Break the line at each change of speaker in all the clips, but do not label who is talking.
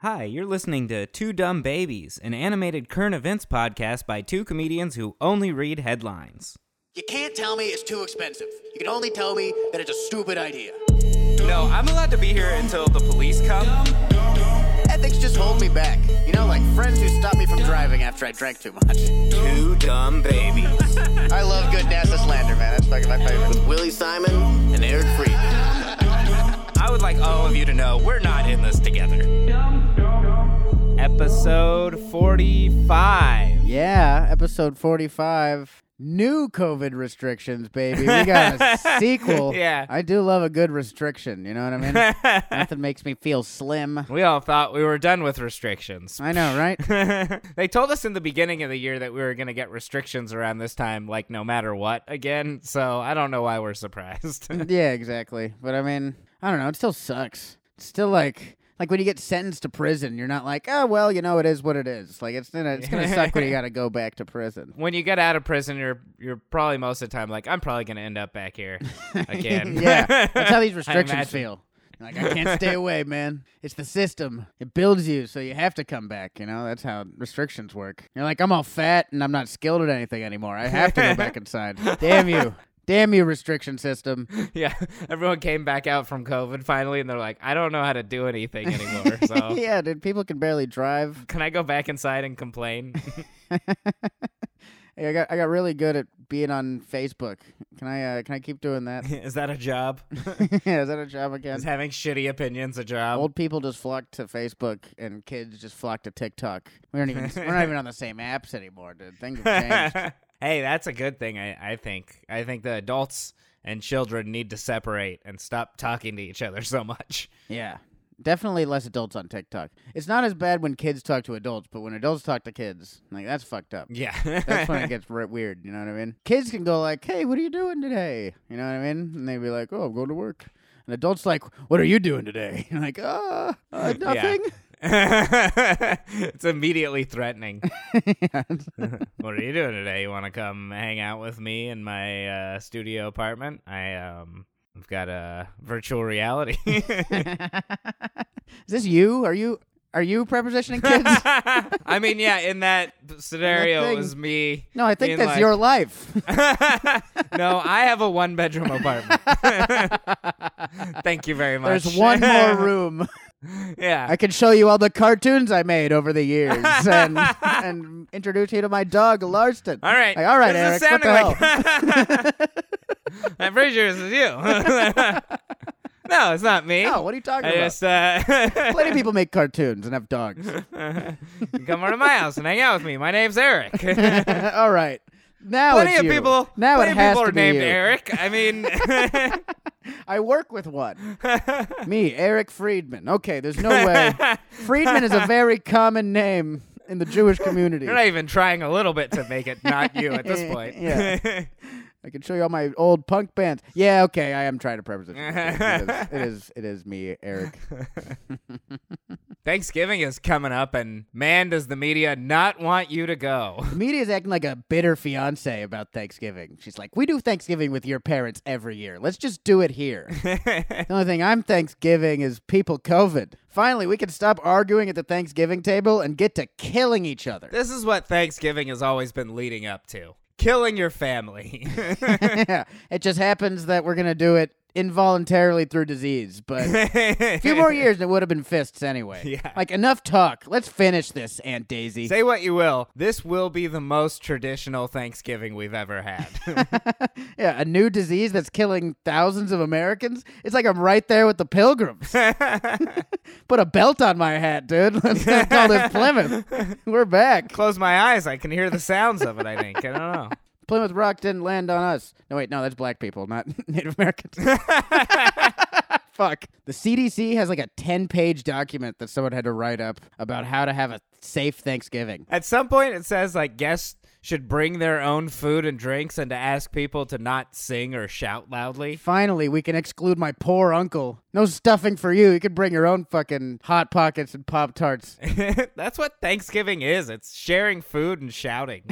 Hi, you're listening to Two Dumb Babies, an animated current events podcast by two comedians who only read headlines.
You can't tell me it's too expensive. You can only tell me that it's a stupid idea.
No, I'm allowed to be here until the police come.
Ethics just hold me back. You know, like friends who stop me from driving after I drank too much.
Two dumb babies.
I love good NASA slander, man. That's fucking my favorite. With Willie Simon and Eric Fried.
I would like all of you to know we're not in this together.
Episode 45.
Yeah, episode 45. New COVID restrictions, baby. We got a sequel.
Yeah.
I do love a good restriction. You know what I mean? Nothing makes me feel slim.
we all thought we were done with restrictions.
I know, right?
they told us in the beginning of the year that we were going to get restrictions around this time, like no matter what again, so I don't know why we're surprised.
yeah, exactly. But I mean, I don't know. It still sucks. It's still like like when you get sentenced to prison, you're not like, oh well, you know, it is what it is. Like it's gonna it's gonna suck when you gotta go back to prison.
when you get out of prison, you're you're probably most of the time like I'm probably going to end up back here again.
yeah, that's how these
I
restrictions
imagine.
feel. You're Like I can't stay away, man. It's the system. It builds you, so you have to come back. You know that's how restrictions work. You're like, I'm all fat and I'm not skilled at anything anymore. I have to go back inside. Damn you, damn you, restriction system.
Yeah, everyone came back out from COVID finally, and they're like, I don't know how to do anything anymore. So
yeah, dude, people can barely drive.
can I go back inside and complain?
Hey, I got I got really good at being on Facebook. Can I uh, can I keep doing that?
Is that a job?
yeah, is that a job again?
Is having shitty opinions a job?
Old people just flock to Facebook, and kids just flock to TikTok. We don't even we're not even on the same apps anymore, dude. Things have changed.
hey, that's a good thing. I, I think. I think the adults and children need to separate and stop talking to each other so much.
yeah, definitely less adults on TikTok. It's not as bad when kids talk to adults, but when adults talk to kids, like that's fucked up.
Yeah.
That's when it gets re- weird. You know what I mean? Kids can go like, "Hey, what are you doing today?" You know what I mean? And they'd be like, "Oh, I'm going to work." And adults like, "What are you doing today?" And like, "Uh, uh nothing."
Yeah. it's immediately threatening. what are you doing today? You want to come hang out with me in my uh, studio apartment? I um, I've got a virtual reality.
Is this you? Are you are you prepositioning kids?
I mean, yeah, in that scenario,
That
it
thing-
was me.
no, I think
being
that's
like-
your life.
no, I have a one bedroom apartment. Thank you very much.
There's one more room.
yeah.
I can show you all the cartoons I made over the years and and introduce you to my dog Larston.
All right.
Like, all right,
This
Eric.
is
What the
sounding
hell?
like- I'm pretty sure this is you. no, it's not me.
No, Oh, what are you talking
I
about?
just uh,
Plenty of people make cartoons and have dogs.
come over to my house and hang out with me. My name's Eric. Plenty
all right. Now it's
of
you.
people.
Now
plenty
it has
of people
to
are
be
named
you.
Eric. I mean,
I work with one. Me, Eric Friedman. Okay, there's no way. Friedman is a very common name in the Jewish community.
you're not even trying a little bit to make it not you at this point.
Yeah. I can show you all my old punk bands. Yeah, okay, I am trying to preposition. it, is, it is, it is me, Eric.
Thanksgiving is coming up, and man, does the media not want you to go.
The media is acting like a bitter fiance about Thanksgiving. She's like, "We do Thanksgiving with your parents every year. Let's just do it here." the only thing I'm Thanksgiving is people COVID. Finally, we can stop arguing at the Thanksgiving table and get to killing each other.
This is what Thanksgiving has always been leading up to killing your family.
yeah, it just happens that we're gonna do it involuntarily through disease, but. A few more years, and it would have been fists anyway.
Yeah.
Like, enough talk. Let's finish this, Aunt Daisy.
Say what you will, this will be the most traditional Thanksgiving we've ever had.
yeah, a new disease that's killing thousands of Americans. It's like I'm right there with the pilgrims. Put a belt on my hat, dude. Let's not call this Plymouth. We're back.
Close my eyes, I can hear the sounds of it, I think. I don't know.
Plymouth Rock didn't land on us. No, wait, no, that's black people, not Native Americans. Fuck. The CDC has like a 10 page document that someone had to write up about how to have a safe Thanksgiving.
At some point, it says like guests should bring their own food and drinks and to ask people to not sing or shout loudly.
Finally, we can exclude my poor uncle. No stuffing for you. You can bring your own fucking Hot Pockets and Pop Tarts.
That's what Thanksgiving is it's sharing food and shouting.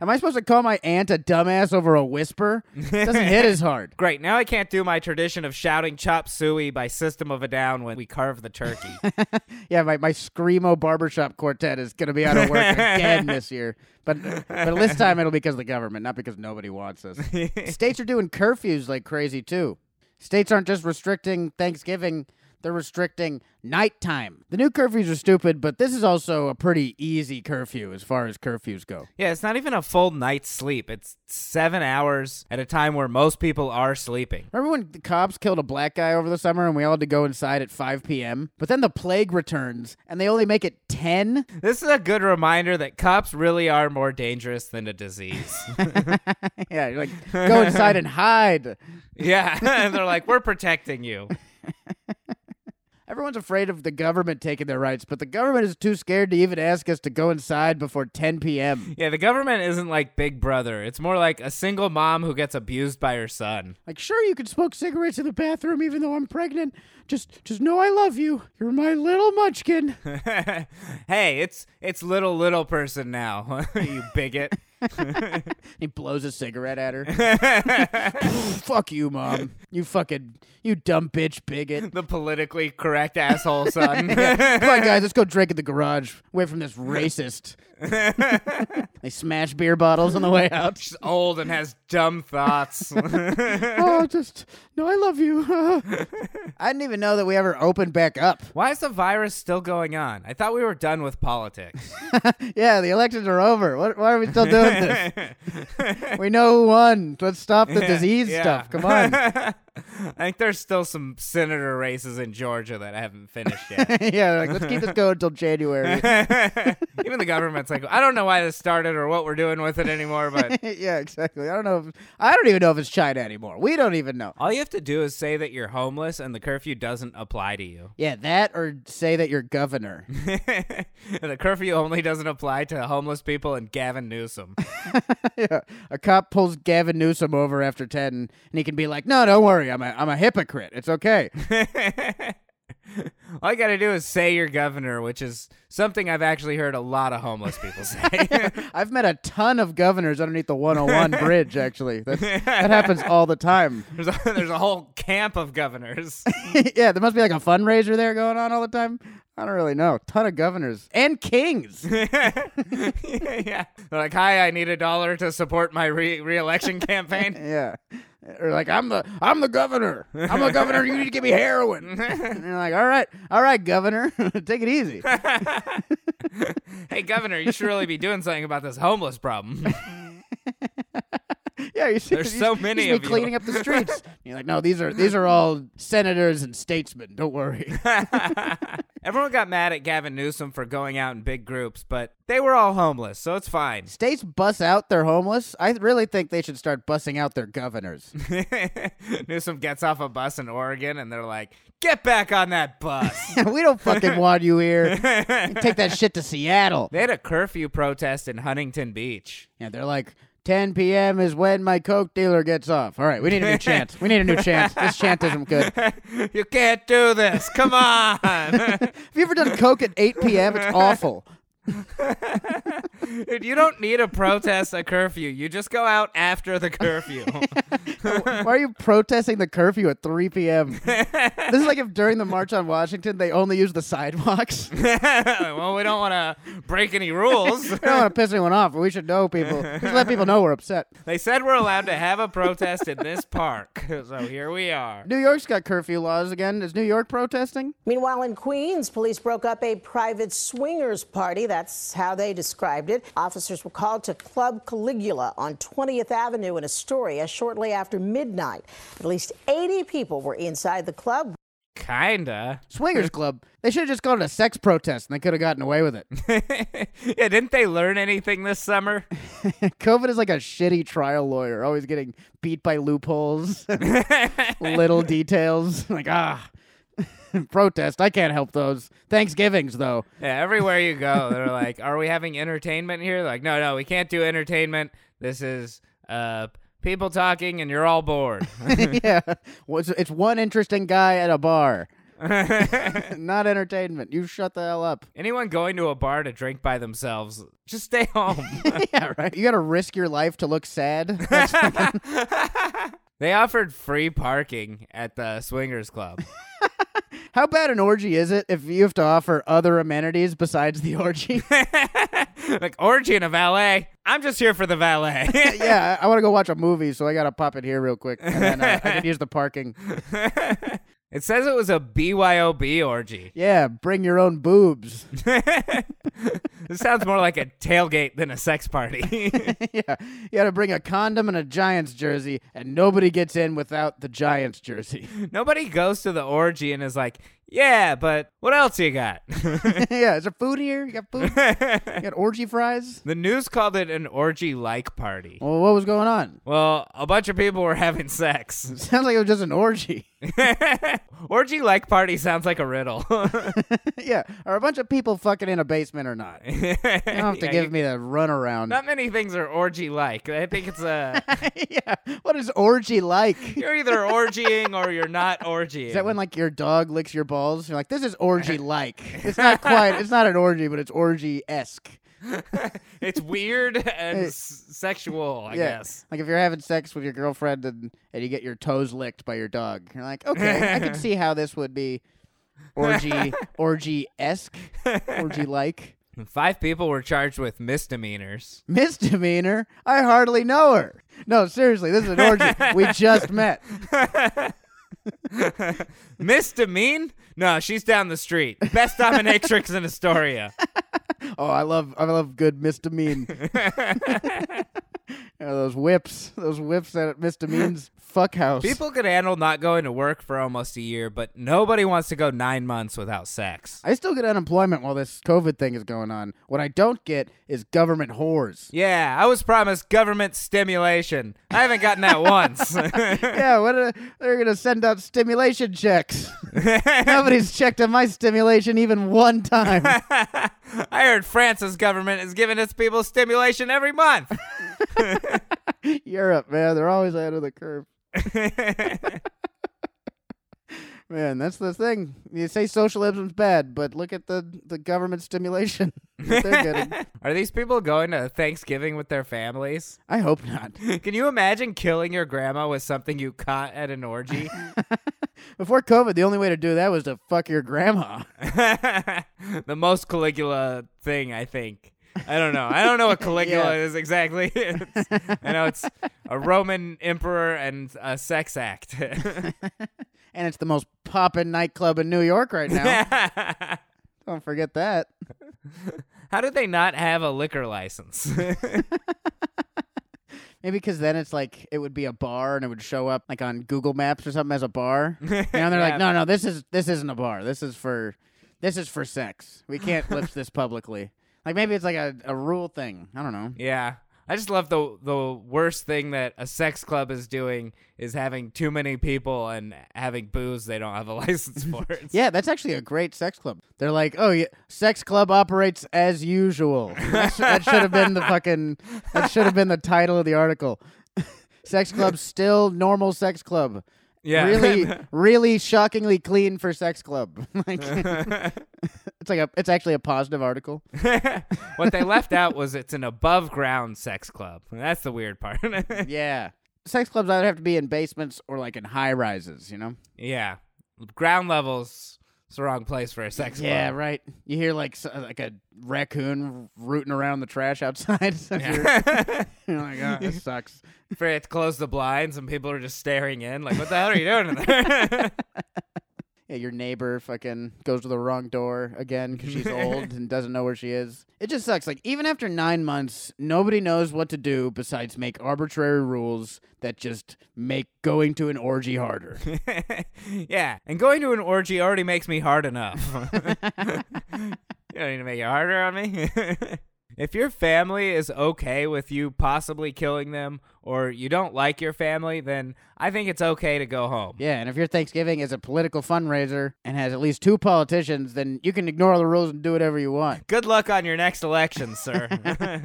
Am I supposed to call my aunt a dumbass over a whisper? It doesn't hit as hard.
Great. Now I can't do my tradition of shouting chop suey by System of a Down when we carve the turkey.
Yeah, my, my Screamo Barbershop Quartet is going to be out of work again this year. But, but this time it'll be because of the government, not because nobody wants us. States are doing curfews like crazy, too. States aren't just restricting Thanksgiving, they're restricting nighttime. The new curfews are stupid, but this is also a pretty easy curfew as far as curfews go.
yeah, it's not even a full night's sleep. It's seven hours at a time where most people are sleeping.
Remember when the cops killed a black guy over the summer and we all had to go inside at 5 p.m.? But then the plague returns and they only make it 10?
This is a good reminder that cops really are more dangerous than a disease.
yeah, you're like, go inside and hide.
yeah. and they're like, we're protecting you.
Everyone's afraid of the government taking their rights, but the government is too scared to even ask us to go inside before 10 p.m.
Yeah, the government isn't like Big Brother. It's more like a single mom who gets abused by her son.
Like, sure, you can smoke cigarettes in the bathroom even though I'm pregnant. Just, just know I love you. You're my little munchkin.
hey, it's it's little little person now. you bigot.
he blows a cigarette at her. Fuck you, mom. You fucking, you dumb bitch bigot.
the politically correct asshole son.
Come on, guys, let's go drink in the garage. Away from this racist. they smash beer bottles on the way out.
She's old and has dumb thoughts.
oh, just no, I love you. I didn't even know that we ever opened back up.
Why is the virus still going on? I thought we were done with politics.
Yeah, the elections are over. What, why are we still doing this? we know who won. Let's stop the disease
yeah.
stuff. Come on.
I think there's still some senator races in Georgia that haven't finished yet.
yeah, they're like let's keep this going until January.
Even the government's like, I don't know why this started or what we're doing with it anymore, but
yeah, exactly. I don't know. If, I don't even know if it's China anymore. We don't even know.
all you have to do is say that you're homeless and the curfew doesn't apply to you.
Yeah, that or say that you're governor.
the curfew only doesn't apply to homeless people and Gavin Newsom.
yeah. A cop pulls Gavin Newsom over after ten, and he can be like, "No, don't worry. I'm a I'm a hypocrite. It's okay."
All you got to do is say your governor, which is something I've actually heard a lot of homeless people say.
I've met a ton of governors underneath the 101 bridge, actually. That's, that happens all the time.
there's, a, there's a whole camp of governors.
yeah, there must be like a fundraiser there going on all the time. I don't really know. Ton of governors and kings.
yeah. They're like, hi, I need a dollar to support my re- reelection campaign.
yeah. Or like I'm the I'm the governor. I'm the governor. You need to give me heroin. and you're like, all right, all right, governor, take it easy.
hey, governor, you should really be doing something about this homeless problem.
Yeah, you see,
There's
you
so
should-
many
you should
of
be
you.
cleaning up the streets. And you're like, no, these are these are all senators and statesmen. Don't worry.
Everyone got mad at Gavin Newsom for going out in big groups, but they were all homeless, so it's fine.
States bus out their homeless. I really think they should start bussing out their governors.
Newsom gets off a bus in Oregon and they're like, get back on that bus.
we don't fucking want you here. Take that shit to Seattle.
they had a curfew protest in Huntington Beach.
Yeah, they're like, 10 p.m. is when my coke dealer gets off. All right, we need a new chant. We need a new chant. This chant isn't good. Have
you can't do this. Come on.
you ever done coke at 8 p.m.? It's awful.
Dude, you don't need a protest, a curfew. You just go out after the curfew.
Why are you protesting the curfew at 3 p.m.? This is like if during the March on Washington they only use the sidewalks. I
well, we don't want to break any rules.
don't want to piss anyone off, but we should know people. We should let people know we're upset.
They said we're allowed to have a protest in this park. So here we are.
New York's got curfew laws again. Is New York protesting?
Meanwhile, in Queens, police broke up a private swingers party. That's how they described it. Officers were called to Club Caligula on 20th Avenue in Astoria shortly after midnight. At least 80 people were inside the club.
Kinda.
Swingers Club. They should have just called it a sex protest and they could have gotten away with it.
yeah, didn't they learn anything this summer?
COVID is like a shitty trial lawyer, always getting beat by loopholes, little details. Like, ah, protest. I can't help those. Thanksgivings, though.
Yeah, everywhere you go, they're like, "Are we having entertainment here?" Like, no, no, we can't do entertainment. This is uh, people talking, and you're all bored.
yeah. Well, It's it's one interesting guy at a bar. Not entertainment. You shut the hell up.
Anyone going to a bar to drink by themselves, just stay home.
yeah, right. You got to risk your life to look sad. That's fucking-
they offered free parking at the swingers club.
How bad an orgy is it if you have to offer other amenities besides the orgy?
like orgy and a valet. I'm just here for the valet.
yeah, I, I want to go watch a movie, so I got to pop it here real quick, and then uh, I can use the parking.
it says it was a BYOB orgy.
Yeah, bring your own boobs.
This sounds more like a tailgate than a sex party.
yeah, you got to bring a condom and a Giants jersey, and nobody gets in without the Giants jersey.
Nobody goes to the orgy and is like, "Yeah, but what else you got?"
yeah, is there food here? You got food? you got orgy fries?
the news called it an orgy-like party.
Well, what was going on?
Well, a bunch of people were having sex.
Sounds like it was just an orgy.
Orgy like party sounds like a riddle.
yeah, are a bunch of people fucking in a basement or not? You don't have to
Yeah,
give
you-
me the runaround.
Not many things are orgy like. I think it's a
yeah, what is orgy like?
you're either orgying or you're not orgying.
Is that when like your dog licks your balls? You're like, this is orgy like. It's not quite. It's not an orgy, but it's orgy esque.
it's weird and s- sexual, I guess.
Like if you're having sex with your girlfriend and, and you get your toes licked by your dog, you're like, okay, I can see how this would be orgy orgy esque, orgy like
Five people were charged with misdemeanors.
misdemeanor. I hardly know her. No, seriously, this is an orgy. we just met.
Misdemean? No, she's down the street. Best dominatrix in Astoria.
Oh, I love I love good misdemean. Yeah, those whips, those whips that misdemeans fuck house.
People could handle not going to work for almost a year, but nobody wants to go nine months without sex.
I still get unemployment while this COVID thing is going on. What I don't get is government whores.
Yeah, I was promised government stimulation. I haven't gotten that once.
yeah, what are, they're gonna send out stimulation checks. Nobody's checked on my stimulation even one time.
I heard France's government is giving its people stimulation every month.
Europe, man, they're always ahead of the curve. man, that's the thing. You say socialism's bad, but look at the the government stimulation that they're getting.
Are these people going to Thanksgiving with their families?
I hope not.
Can you imagine killing your grandma with something you caught at an orgy?
Before COVID, the only way to do that was to fuck your grandma.
the most Caligula thing, I think. I don't know. I don't know what Caligula
Yeah.
is exactly. It's- I know it's a Roman emperor and a sex act.
And it's the most poppin' nightclub in New York right now.
How
Don't forget that.
did they not have a liquor license?
Maybe because then it's like it would be a bar and it would show up like on Google Maps or something as a bar. You know, and they're like, no, no, this is this isn't a bar. This is for this is for sex. We can't lips this publicly. Like maybe it's like a, a rule thing. I don't know.
yeah. I just love the the worst thing that a sex club is doing is having too many people and having booze they don't have a license for. It's-
Yeah, that's actually a great sex club. They're like, oh, yeah, sex club operates as usual. That, sh- that should have been the fucking that should have been the title of the article. sex club still normal sex club.
Yeah.
Really, really shockingly clean for sex club. like, it's like a, it's actually a positive article.
what they left out was it's an above ground sex club. That's the weird part.
Yeah, sex clubs either have to be in basements or like in high rises. You know.
yeah. Ground levels is the wrong place for a sex
Yeah,
club.
right. You hear like s- like a raccoon rooting around the trash outside. So you're, you're like, oh, this sucks.
For it to close the blinds and people are just staring in, like, what the hell are you doing in there?
Yeah, your neighbor fucking goes to the wrong door again because she's old and doesn't know where she is. It just sucks. Like, even after nine months, nobody knows what to do besides make arbitrary rules that just make going to an orgy harder.
yeah, and going to an orgy already makes me hard enough. you don't need to make it harder on me. if your family is okay with you possibly killing them or you don't like your family, then I think it's okay to go home.
Yeah, and if your Thanksgiving is a political fundraiser and has at least two politicians, then you can ignore the rules and do whatever you want.
Good luck on your next election, sir.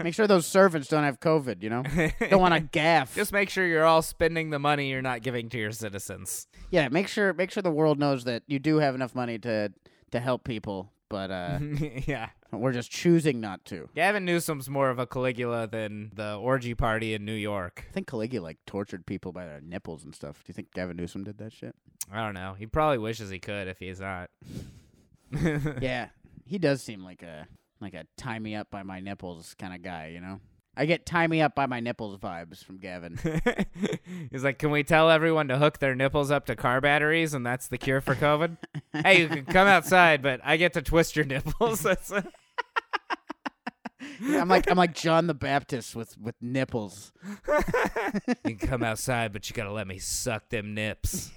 Make sure those servants don't have COVID, you know? don't want to gaff.
Just make sure you're all spending the money you're not giving to your citizens.
yeah, make sure make sure the world knows that you do have enough money to to help people, but uh
yeah.
we're just choosing not to.
Gavin Newsom's more of a Caligula than the orgy party in New York.
I think Caligula like tortured people by their nipples and stuff. Do you think Gavin Newsom did that shit?
I don't know. He probably wishes he could if he's not.
yeah, he does seem like a like a tie me up by my nipples kind of guy, you know. I get tie me up by my nipples vibes from Gavin.
He's like, can we tell everyone to hook their nipples up to car batteries and that's the cure for COVID? hey, you can come outside, but I get to twist your nipples. That's
I'm like I'm like John the Baptist with with nipples.
you can come outside, but you gotta let me suck them nips.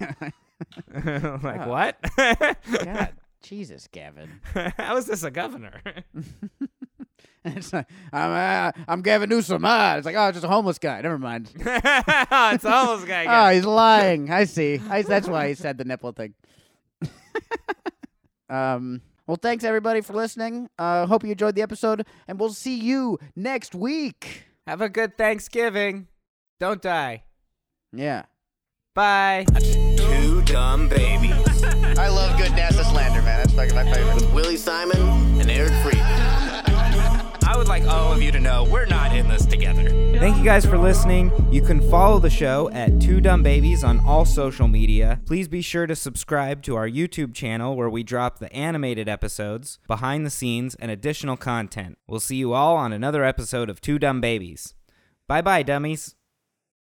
I'm like what?
God, Jesus, Gavin.
How is this a governor?
it's like, I'm uh, I'm Gavin Newsom. Ah, it's like oh, just a homeless guy. Never mind.
it's almost guy.
Oh, he's lying. I see. I, that's why he said the nipple thing. um. Well, thanks everybody for listening. Uh, hope you enjoyed the episode, and we'll see you next week.
Have a good Thanksgiving. Don't die.
Yeah.
Bye.
Two dumb babies.
I love good NASA slander, man. That's like my favorite. With Willie Simon and Eric Friedman.
I would like all of you to know we're not in this together.
Thank you guys for listening. You can follow the show at Two Dumb Babies on all social media. Please be sure to subscribe to our YouTube channel where we drop the animated episodes, behind the scenes, and additional content. We'll see you all on another episode of Two Dumb Babies. Bye bye, dummies.